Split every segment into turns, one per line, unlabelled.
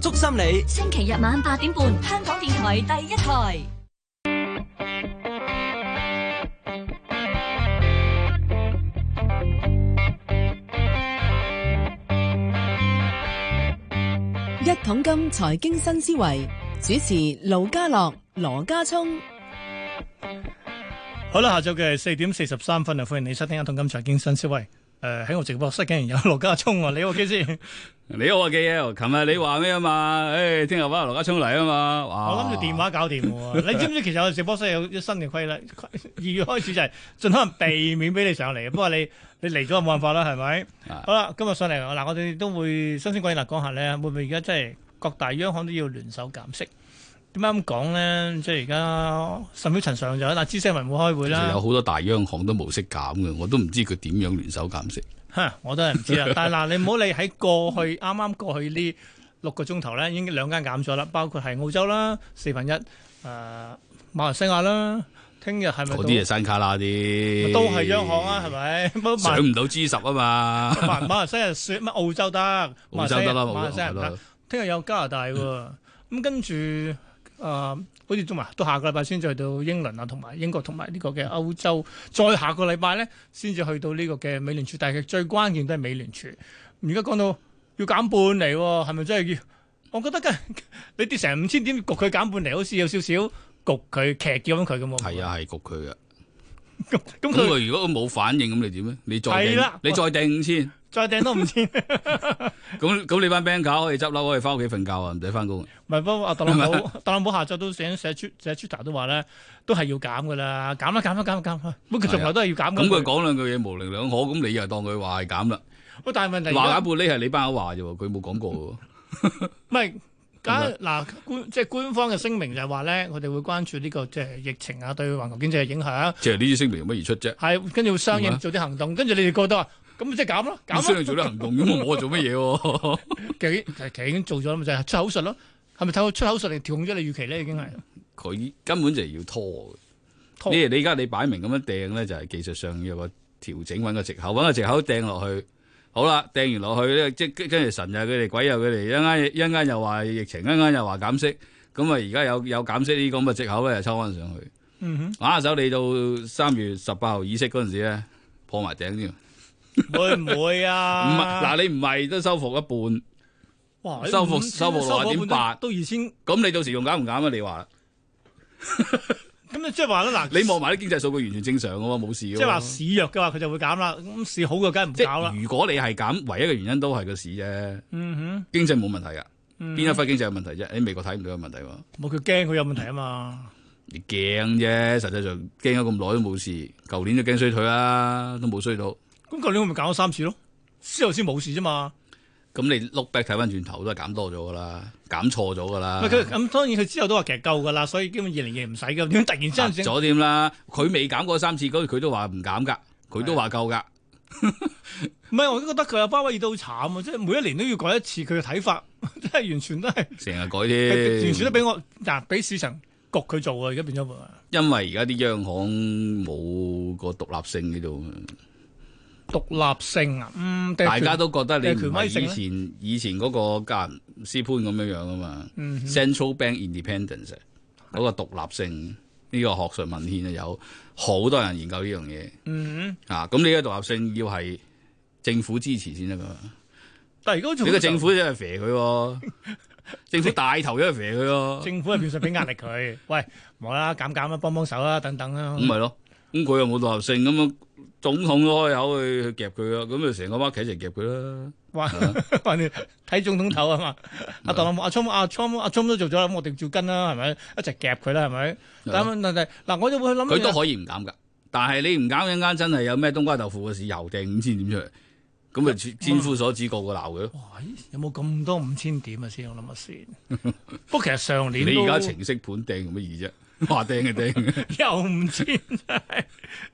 祝心理。
星期日晚八點半，香港電台第一台。
一桶金財經新思維主持盧家樂、羅家聰。
好啦，下晝嘅四點四十三分啊，歡迎你收聽《一桶金財經新思維》。誒，喺我直播室竟然有羅家聰啊，你好機先。
你好啊，K L，琴日你話咩啊嘛？誒，聽日揾羅家聰嚟啊嘛。哇
我諗住電話搞掂喎。你知唔知其實我哋直播室有啲新嘅規例，二月開始就係盡可能避免俾你上嚟。不 過你你嚟咗就冇辦法啦，係 咪？
啊
好啦，今日上嚟嗱，我哋都會新鮮鬼辣講下咧，會唔會而家真係各大央行都要聯手減息？點解咁講咧？即係而家甚囂塵上就嗱，知識文會開會
其實
啦
有。好多大央行都冇息減嘅，我都唔知佢點樣聯手減息。
吓，我都係唔知啦。但係嗱，你唔好理喺過去啱啱過去呢六個鐘頭咧，已經兩間減咗啦，包括係澳洲啦四分一，誒、馬來西亞啦，聽日係咪
嗰
到
啲係山卡拉啲，
都係央行啊？係 咪？不過
上
馬
唔到 G 十 啊嘛。
馬馬來西亞算乜澳洲得，馬
澳
來西
洲
亞
得啦，
馬來西亞
冇
唔
得
得。聽日有加拿大喎，咁、
嗯
跟住誒、呃好似都埋到下個禮拜先至去到英倫啊，同埋英國同埋呢個嘅歐洲，再下個禮拜咧先至去到呢個嘅美聯儲，但係最關鍵都係美聯儲。而家講到要減半釐喎，係咪真係要？我覺得嘅 你跌成五千點，焗佢減半釐，好似有少少焗佢劇叫咁佢咁喎。
係，啊，係焗佢嘅。
咁咁
咁
佢
佢如果冇反應，咁你點咧？你再
係啦
掟，你再掟五千，
再掟多五 千，唔
咁咁你班 band 搞可以執笠，可以翻屋企瞓覺啊，唔使翻工。
係不過啊阿特朗普，特朗普下晝都寫寫出寫 Twitter 都話咧，都係要減噶啦，減啦減啦減啦減啦，咁佢從來都係要減㗎
啊咁佢講兩句嘢模棱兩可，咁你又當佢話係減啦。
喂，但係問題而家
話減半呢係你班友話啫喎，佢冇講過喎。
唔係。
係
梗嗱，官即係官方嘅聲明就係話咧，佢哋會關注呢個即係疫情啊，對環球經濟嘅影響，啊
即係呢啲聲明有乜而出啫？
係跟住會相
係
應
嘛
做啲行動，跟住你哋覺得話，咁咪即係減咯，
啊咁雖
減咯，
然做啲行動，咁我做乜嘢 喎？
其實已經其實已經做咗啦嘛，就係出口術咯，係咪透過出口術嚟調控咗你預期咧？已經係
佢根本就係要拖
拖
嘅。你你而家你擺明咁樣掟咧，就係技術上有個調整，揾個藉口，揾個藉口掟落去。好啦，掟完落去咧，即跟跟住神又佢哋，鬼又佢哋，一間一間又話疫情，一間又話減息。咁啊，而家有有減息呢啲咁嘅藉口咧，就抽翻上去。
嗯哼，
玩下手，你到三月十八號議息嗰陣時咧，破埋頂添。唔
會唔會
係
啊？
嗱，你唔係都收復一半，
哇
收復
五千
收復
收復
6.8
都二千，
咁你到時用減唔減啊？你話啦
咁啊你即係話咧嗱，
你望埋啲經濟數據完全正常嘅喎，冇事嘅喎。
即係話市弱嘅話，佢就會減啦，咁市好嘅梗係唔
即
搞啦。
係如果你係減，唯一嘅原因都係個市啫，
嗯
經濟冇問題噶。
哼，
邊一忽經濟有問題啫？你美國睇唔到有問題喎，
冇佢驚佢有問題啊嘛。
你驚啫。實際上驚咗咁耐都冇事，舊年都驚衰退啦，都冇衰到。
咁舊年我咪搞咗三次咯，之後先冇事啫嘛。
咁你 look back 睇翻轉頭都係減多咗噶啦，減錯咗噶啦
唔。係佢咁當然佢之後都話其實夠㗎啦，所以基本二零 二唔使㗎。點解突然之
減
間整
咗添啦，佢未減過三次，嗰佢都話唔減噶，佢都話夠噶。
唔係我都覺得佢阿巴威爾都好慘啊！即係每一年都要改一次佢嘅睇法， 即係完全都係
成日改添，
完全都俾我嗱俾市場焗佢做啊！而家變咗會
因為而家啲央行冇個獨立性喺度，啊
獨立性啊，嗯， 定係
大家
權
都覺得你
定係
唔
權威
係
性
以
呢
前以前嗰個格林斯潘咁樣樣啊嘛、
嗯
c e n t r a l Bank Independence 啊嗰個獨立性呢、個學術文獻啊有好多人研究呢樣 嘢
嗯，
啊，咁呢個獨立性要係政府支持先得噶嘛，
但係而家好似
你個政府真係肥佢喎， 政府大頭真係肥佢喎，
政府係變相俾壓力佢，喂，冇啦，減減啦，幫幫手啦，等等啦。
咁咪咯，咁佢又冇獨立性咁樣。總統都開口去去夾佢啊，咁就成個 market 一齊夾佢啦。
話
啊
話你睇總統頭啊嘛，阿特朗普、阿 Trump、阿 Trump、阿 Trump 都做咗啦，咁我哋照跟啦，係咪？一齊夾佢啦，係咪？
係啊
但係問題嗱，我就會諗
佢都可以唔減噶，但係你唔減一間真係有咩冬瓜豆腐嘅事，又掟五千點出嚟，咁啊千
嗯
千夫所指，個個鬧佢咯。
哇咦有冇咁多五千點啊？先我諗下先。 不過其實上年
你
都
而家程式盤掟咁乜易啫？ 話掟就掟，
又唔知，真係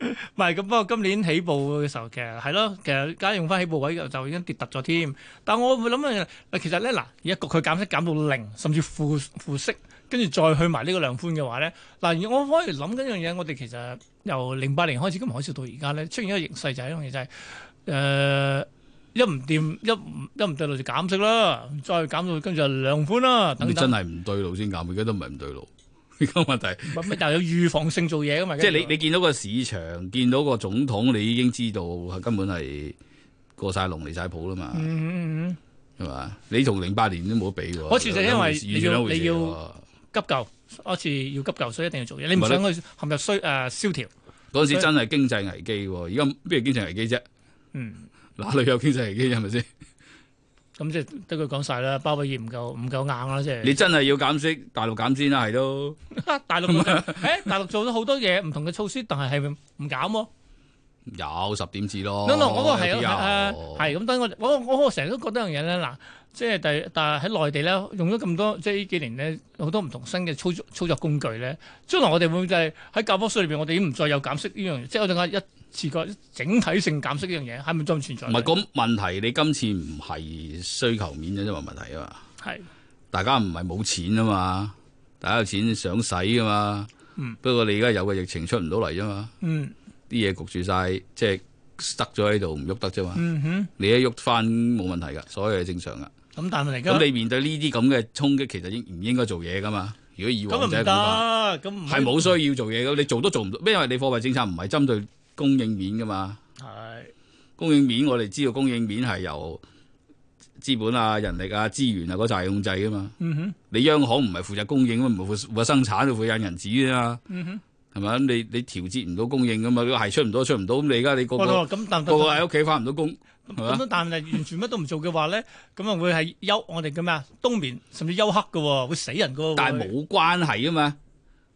唔係咁。不過今年起步嘅時候，其實係咯，其實家用翻起步位就就已經跌突咗添。但我會諗啊，嗱其實咧嗱，而家局佢減息減到零，甚至負負息，跟住再去埋呢個量寬嘅話咧，嗱，我可以諗緊一樣嘢，我哋其實由零八年開始金融海嘯到而家咧，出現一個形勢就係一樣嘢就係、誒、一唔掂一唔一唔對路就減息啦，再減到跟住就量寬啦，
咁
等
你真
等。
係唔對路先減，而家都唔係唔對路。 而家問題
咪咪但係有預防性做嘢噶嘛？
即係你你見到個市場，見到個總統，你已經知道係根本係過晒龍離晒譜啦嘛，
嗯嗯嗯嗯
係嘛？你同零八年都冇得比喎。
嗰次就因為
完全兩回事
你要
嚟
你
喎
急救，嗰次要急救，所以一定要做嘢。你唔
咪
想佢陷入衰誒蕭條，
嗰陣時真係經濟危機喎，而家邊係經濟危機啫？
嗯，
哪裏有經濟危機啫？係咪先？
咁即係得佢講晒啦。包比爾唔夠唔夠硬啦，即係 啊
你真係要減息，大陸減先啦，係都。
大陸冇得 誒大陸做咗好多嘢唔同嘅措施，但係係唔減喎。
有十點字咯。
no no，嗰個係
哦有啲有
誒係咁，等我我我我成日都覺得一樣嘢咧，嗱，即係第但係喺內地咧用咗咁多，即係呢幾年咧好多唔同新嘅操作操作工具咧，將來我哋會唔會就係喺教科書裏邊，我哋已經唔再有減息呢樣嘢，即係我哋講一次過整體性減息呢樣嘢係咪仲存在
唔
呢？
係咁問題，你今次唔係需求面嘅啫嘛，問題啊嘛，
係
大家唔係冇錢啊嘛，大家有錢想使啊嘛。
嗯
不過你而家有個疫情出唔到嚟啫嘛，
嗯
啲嘢焗住晒，即係塞咗喺度唔喐得啫嘛。
嗯哼，
你一喐翻冇問題㗎，所有嘢正常㗎。
咁但係而家
咁你面對呢啲咁嘅衝擊，其實應唔應該做嘢㗎嘛？如果以
咁
往
啊唔
者講法，
得，咁唔
係冇需要做嘢㗎，你做都做唔到，因為你貨幣政策唔係針對供應面㗎嘛。
係
供應面我哋知道供應面係由資本啊、人力啊、資源啊嗰扎控制㗎嘛。
嗯哼
你央行唔係負責供應㗎嘛，唔係負責生產，負責印銀紙㗎嘛，
嗯哼，
係咪？咁你你調節唔到供應㗎嘛，係出唔到出唔到，咁你而家你個
我
個
話咁但
個個喺屋企翻唔到工，係
咁
嘛？
都但係完全乜都唔做嘅話咧，咁啊會係休我哋嘅咩啊冬眠，甚至休克嘅喎，會死人嘅喎。
但係
會
冇關係啊嘛，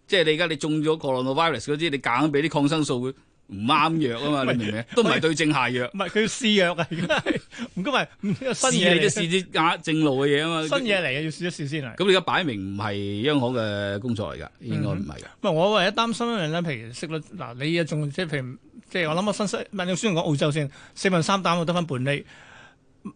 即係你而家你中咗 coronavirus 嗰啲，你夾硬俾啲抗生素佢唔啱藥啊嘛，你明唔明？都唔係對症下藥，
唔係佢要試藥啊，而家係唔該咪唔呢個新
試
嘢
你都
嚟，
試啲啱正路嘅嘢啊嘛。
新嘢嚟嘅要試一試先啊。
咁你而家擺明唔係央行嘅工作嚟㗎，應該唔係㗎。
唔係我唯一擔心一樣咧，譬如息率嗱，你啊仲即係譬如即係我諗啊新西，唔係你先講澳洲先，四分三單我得翻半厘。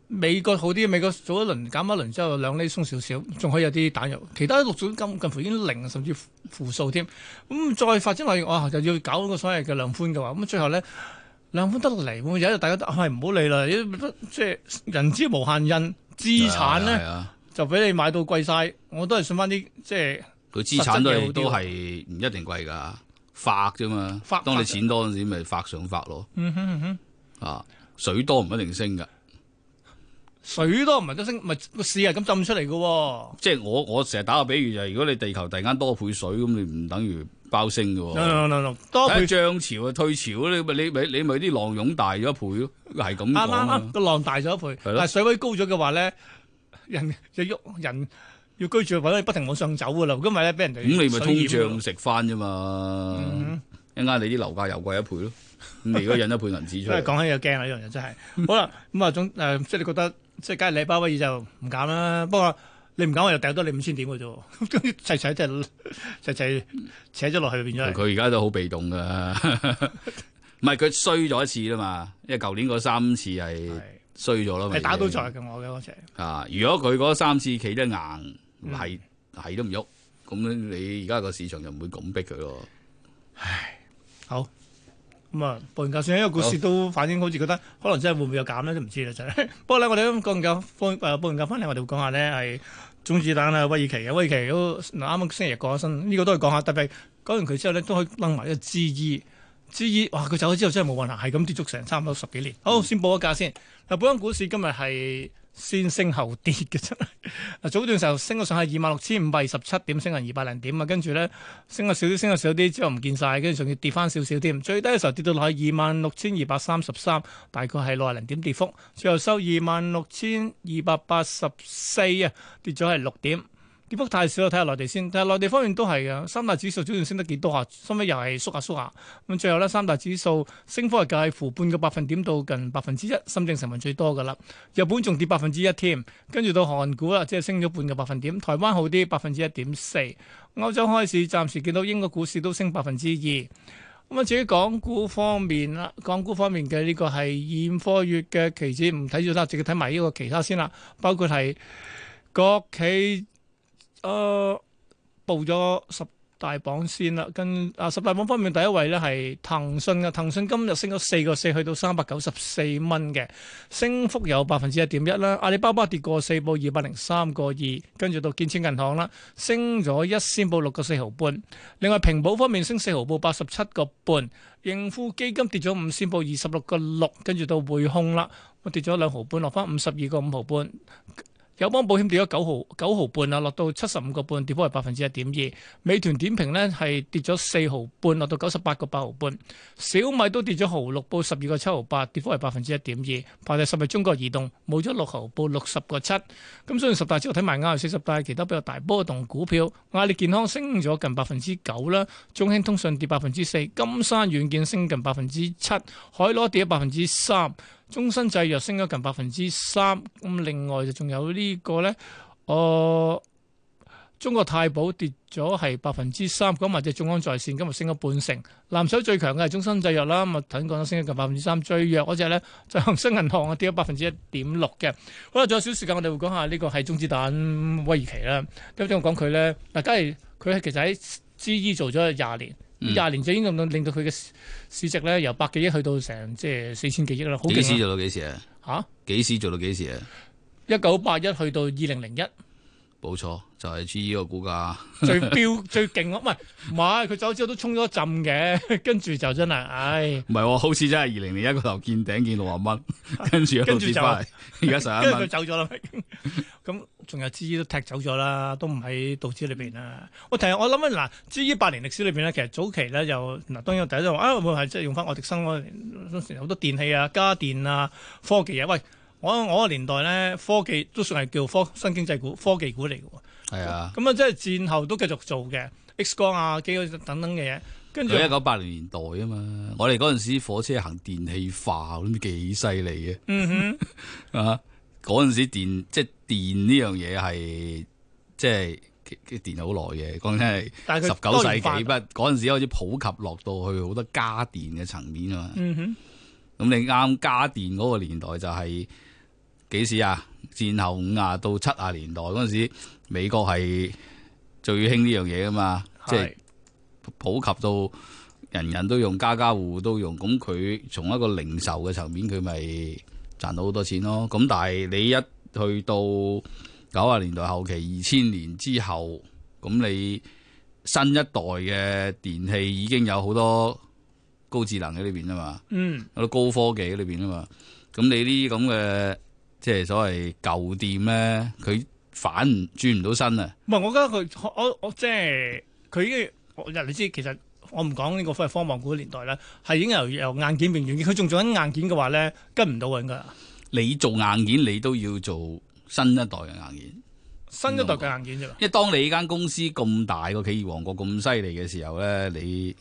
美國好啲，美國早一輪減一輪之後兩厘鬆少少，仲可以有啲彈藥。其他陸續近近乎已經零甚至負負數添。咁、再發展落去，哇、就要搞嗰個所謂嘅量寬嘅話，咁最後咧量寬得嚟，會唔會有一日大家都係唔好理啦？即係人之無限印，嗯資產
係啊
咧
係啊
就俾你買到貴晒。我都係信翻啲即係。
佢資產都
實質嘢好啲喎
係都係唔一定貴㗎，發啫嘛
發。
當
發
你錢多嗰陣時，咪發上發咯。
嗯哼嗯哼
啊，水多唔一定升㗎。
水都唔係得升，咪個市係咁浸出嚟嘅喎。
即係我我成日打個比喻就係，如果你地球突然間多倍水，咁你唔等於包升㗎喎。
no no no no，多 倍
睇下漲潮啊退潮啊，你咪你咪你咪啲浪湧大咗一倍咯，係咁
啱
講
啱
啊
啱。個浪大咗一倍，
係
但
咯
係水位高咗嘅話咧，人就喐人要居住嘅位咧不停往上走嘅啦。如果唔係咧，俾人哋
咁你咪通
水淹㗎
脹食翻啫嘛。一陣間你啲樓價又貴一倍咯，咁你而家印一倍銀 紙出
真係
嚟。
講起又驚啦，呢樣嘢真 係。好啦，咁啊總誒，即係你覺得即係梗係你巴威爾就唔減啦。不過你唔減，我又掉多你五千點嘅啫喎。 跟住齊齊即係齊齊扯咗落去變咗係。
佢而家都好被動噶， 唔係佢衰咗一次啦嘛，因為舊年嗰三次係
係
衰咗啦嘛，
係打到在
在
嘅我嘅嗰隻。
啊！如果佢嗰三次企得硬，
嗯
係係都唔喐，咁你而家個市場就唔會咁逼佢咯。
好。咁啊，報完價算，因為股市都反映好似覺得可能真係會唔會有減咧，都唔知啦，真係。 不過咧，我哋咁講緊方誒報完價翻嚟，我哋會講下咧係中子彈啊、威爾奇嘅威爾奇都嗱啱啱星期日過咗身，呢、個都係講下。特別講完佢之後咧，都可以掹埋一個 GE。GE E，哇，佢走咗之後真係冇運行，係咁跌足成差唔多十幾年。好，先報咗價先。嗱，本港股市今日係先升後跌嘅真係。 嗱，早段時候升咗上去二萬六千五百二十七點，升近二百零點啊，跟住咧。升咗少啲，升咗少啲之後唔見晒，跟住仲要跌翻少少添。最低嘅時候跌到落去二萬六千二百三十三，大概係六十零點跌幅。最後收二萬六千二百八十四啊，跌咗係六點。跌幅太少啦，睇下內地先。但係內地方面都係嘅，三大指數早段升得幾多下，收尾又係縮下縮下。咁最後呢，三大指數升幅係介乎半個百分點到近百分之一，深證成分最多㗎啦。日本仲跌百分之一添，跟住到韓股啦，即係升咗半個百分點。台灣好啲，百分之一點四。歐洲開市，暫時見到英國股市都升百分之二。咁啊，至於港股方面啦，港股方面嘅呢個係現貨月嘅期指，唔睇住啦，直接睇埋呢個其他先啦，包括係國企誒、呃、報咗十大榜先啦，跟啊十大榜方面第一位咧係騰訊嘅，騰訊今日升咗四個四，去到三百九十四蚊嘅，升幅有百分之一點一啦。阿里巴巴跌過四，報二百零三個二，跟住到建設銀行啦，升咗一仙，報六個四毫半。另外平保方面升四毫，報八十七個半。盈富基金跌咗五仙，報二十六個六，跟住到匯控啦，跌咗兩毫半，落翻五十二個五毫半。友邦保險跌咗九毫九毫半啊，落到七十五個半，跌幅係百分之一點二。美團點評呢係跌咗四毫半，落到九十八個八毫半。小米都跌咗毫六，報十二個七毫八，跌幅係百分之一點二。排第十係中國移動，冇咗六毫，報六十個七。咁雖然十大之後睇埋亞四十大，其他比較大波動股票，阿里健康升咗近百分之九啦，中興通訊跌百分之四，金山軟件升近百分之七，海螺跌咗百分之三。中生製藥升咗近百分之三，咁另外就仲有呢個咧，哦，中國太保跌咗係百分之三，咁或者眾安在線今日升咗半成，藍籌最強嘅係中生製藥啦，咁啊等講升咗近百分之三，最弱嗰隻咧就恒生銀行啊跌咗百分之一點六嘅。好啦，仲有少時間，我哋會講下呢個係中子彈啊威爾奇啦。點解我講佢咧？嗱，假如佢係其實喺 GE 做咗廿年。
嗯
廿年就已經令到令到佢嘅市市值咧由百幾億去到成即係四千幾億啦，好
幾時
勁
做到幾時啊？
啊！
幾時做到幾時啊？
嚇，一九八一去到二零零一，
冇錯，就係 GE 個股價。
最標最勁咯，唔係唔係佢走之後都衝咗一陣嘅， 跟住就真係，唉，
唔係喎，好似真係二零零一個頭見頂見六啊 蚊，跟住一路跌翻嚟，而家十
因為
一
佢
蚊。
走咗啦，咁仲有 GE 都踢走咗啦，都唔喺道指裏邊啦。我提我諗啊，嗱，GE 八年歷史裏邊咧，其實早期咧又嗱，當然我第一就話啊，會唔會係即係用翻愛迪生嗰年嗰時好多電器啊、家電啊、科技嘢。喂，我我個年代咧，科技都算係叫科新經濟股、科技股嚟嘅喎。
係啊，
咁啊，即係戰後都繼續做嘅 X 光啊、機等等嘅嘢，跟住
佢一九八零年代啊嘛，我哋嗰陣時火車行電氣化，咁幾犀利
嗯哼，
嘅 啊！嗰陣時電即係電呢樣嘢係即係其其電好耐嘅，講真係
但係
十
佢
九世
多
紀
元
不嗰陣時開始普及落到去好多家電嘅層面啊嘛。
嗯哼，
咁你啱家電嗰個年代就係幾時啊？戰後五啊到七啊年代嗰陣時，美國係最興呢樣嘢噶嘛，即係
係
普及到人人都用，家家戶戶都用。咁佢從一個零售嘅層面，佢咪賺到好多錢咯。咁但係你一去到九啊年代後期，二千年之後，咁你新一代嘅電器已經有好多高智能喺裏邊啊嘛。
嗯，
有啲高科技喺裏邊啊嘛。咁你呢啲咁嘅即係所謂舊店咧，佢反唔轉唔到身啊！
唔係我覺得佢我我即係佢已經我你知其實我唔講呢個所謂科網股年代啦，係已經由由硬件變軟件，佢仲做緊硬件嘅話咧，跟唔到嘅應該。啊
你做硬件，你都要做新一代嘅硬件。
新一代嘅硬件啫嘛，
因為當你間公司咁大個企業王國咁犀利嘅時候咧，你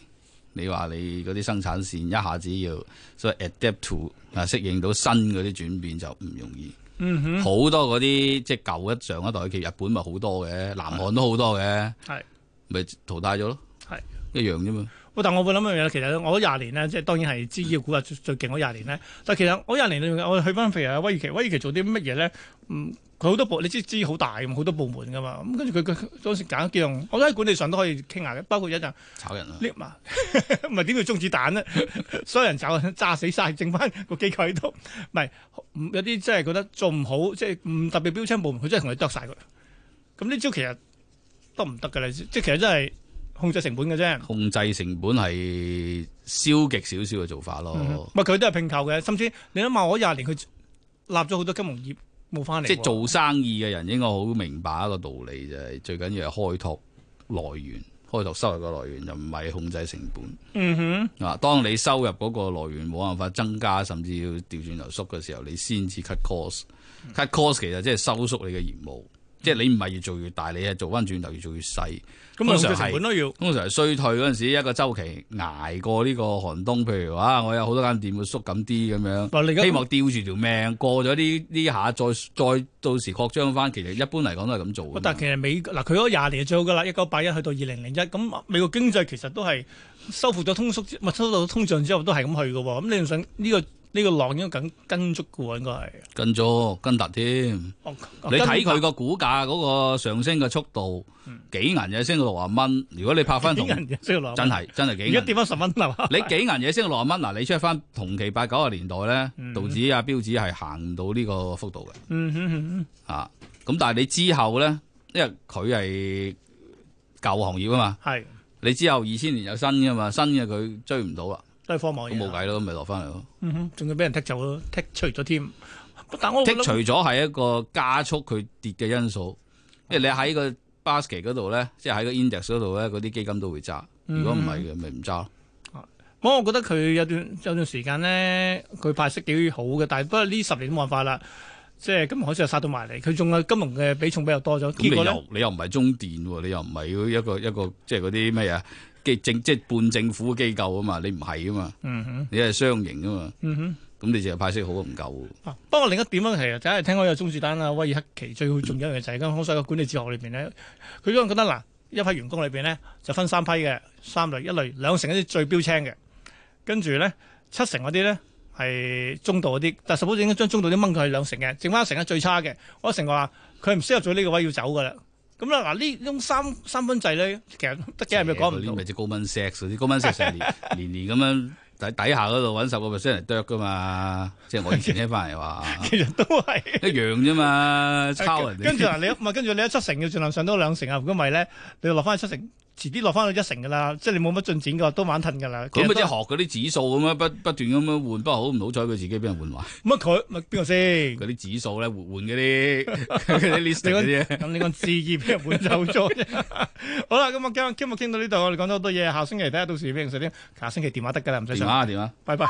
你話你嗰啲生產線一下子要所以 adapt to 啊適應到新嗰啲轉變就唔容易。
嗯哼，
好多嗰啲即係舊一上一代嘅企業，日本咪好多嘅，南韓都好多嘅，
係。
咪淘汰咗咯，
係
一樣啫嘛。
喂，但我會諗一樣嘢，其實我嗰廿年咧，即係當然係知嘅股啊最最勁嗰廿年咧。但其實我廿年裏面，我去翻譬如阿威爾奇，威爾奇做啲乜嘢咧？嗯，佢好多部，你知知好大咁，好多部門噶嘛。咁跟住佢佢當時揀幾樣，我覺得喺管理上都可以傾下嘅，包括一陣
炒人啊！
lift 嘛， 唔係點叫中子彈咧？ 所有人走炸死晒，剩翻個機構喺度。唔係唔有啲真係覺得做唔好，即係唔特別標青部門，佢真係同你剁晒佢。咁呢招其實得唔得㗎咧？即係其實真係控制成本嘅啫。
控制成本係消極少少嘅做法咯，
唔係佢都係拼購嘅，甚至你諗下，我廿年佢立咗好多金融業冇翻嚟喎，
即係做生意嘅人應該好明白一個道理就係、最緊要係開拓來源，開拓收入嘅來源就唔係控制成本。
嗯
啊，當你收入嗰個來源冇辦法增加，甚至要調轉頭縮嘅時候，你先至 cut cost。cut cost 其實即係收縮你嘅業務，即係你唔係越做越大，你係做翻轉頭越做越細。
哼，咁咪控
通
制
常
成本咯要，
通常衰退嗰陣時，一個周期捱過呢個寒冬，譬如話啊我有好多間店會縮緊啲咁樣。
嗱你而家
希望吊住條命，過咗呢呢下，再再到時擴張翻，其實一般嚟講都係咁做㗎嘛。
但係其實美嗱佢嗰廿年係最好噶啦，一九八一去到二零零一，咁美國經濟其實都係收復咗通縮之，唔係收到通脹之後都係咁去嘅喎。咁理論上呢個呢個浪應該跟跟足嘅喎，應該係。
跟咗跟突添。
哦
你睇佢個股價嗰個上升嘅速度，幾銀嘢升到六啊蚊。如果你拍
嗯
翻
幾
同
銀嘅需要落？
真係真係幾
而家跌
銀，
翻十蚊啦嘛。
你幾銀嘢升到六啊蚊嗱，你 check 翻同期八九十年代咧
嗯，
道指啊標指係行唔到呢個幅度嘅
嗯哼哼
啊。咁但係你之後咧，因為佢係舊行業啊嘛，
哼，係
你之後二千年有新嘅嘛，新嘅佢追唔到啦，
都係科網
咁
嘢。
冇計咯，咪落翻嚟咯。
嗯哼，仲要俾人剔走咯，剔除咗添。但我覺
剔
得
除咗係一個加速佢跌嘅因素，因為你喺個 basket 嗰度咧，即係喺個 index 嗰度咧，嗰啲基金都會揸。如果唔
嗯
係嘅，咪唔揸咯。
咁我覺得佢有段有段時間咧，佢派息幾好嘅，但係不過呢十年都冇辦法啦，即係金融海嘯又殺到埋嚟，佢仲有金融嘅比重比較多咗，
咁
結
你
果咧
又你又唔係中電喎，你又唔係一個一個即係嗰啲咩嘢機政即係半政府機構啊嘛，你唔係啊嘛，
嗯哼
你係商營啊嘛，
嗯哼。
咁你淨係派息好唔夠喎。
啊不過另一點咧，其實就係聽講有中士丹啊、威爾克奇最重要一樣嘢就係間康所嘅管理哲學裏邊咧，佢都覺得嗱，一批員工裏邊咧就分三批嘅，三類，一類兩成嗰啲最標青嘅，跟住咧七成嗰啲咧係中度嗰啲，但係 suppose 應該將中度啲掹佢係兩成嘅，剩翻一成係最差嘅。我一成話佢唔適合做呢個位要走㗎啦。咁啦，嗱呢呢種三三分制咧，其實得幾日咪講
嗰啲
唔
咪
到。
即係高蚊 sex 嗰啲，高蚊 sex 成 年年年咁樣底底下嗰度揾十個 percent 嚟啄噶嘛，即係我以前聽翻嚟話
其實都係。
一樣 啫嘛，抄人哋。
跟住嗱，你一唔係跟住你一七成嘅盡量上到兩成啊，如果唔係咧，你落翻去七成，遲啲落翻去一成噶啦，即係你冇乜進展嘅話，都玩褪噶啦。
佢咪即
其
係
實都
學嗰啲指數咁樣，不不斷咁樣換，不過好唔好彩佢自己俾人換埋
乜啊佢咪邊個先？
嗰啲指數咧，換換嗰啲 嗰啲 list 嗰啲
咁你講置業俾人換走咗啫。 好啦，咁我啊今日今日傾到呢度，我哋講咗好多嘢，下星期睇下到時俾人食啲，下星期電話得噶啦，唔使
電
上。
話電話。
拜拜。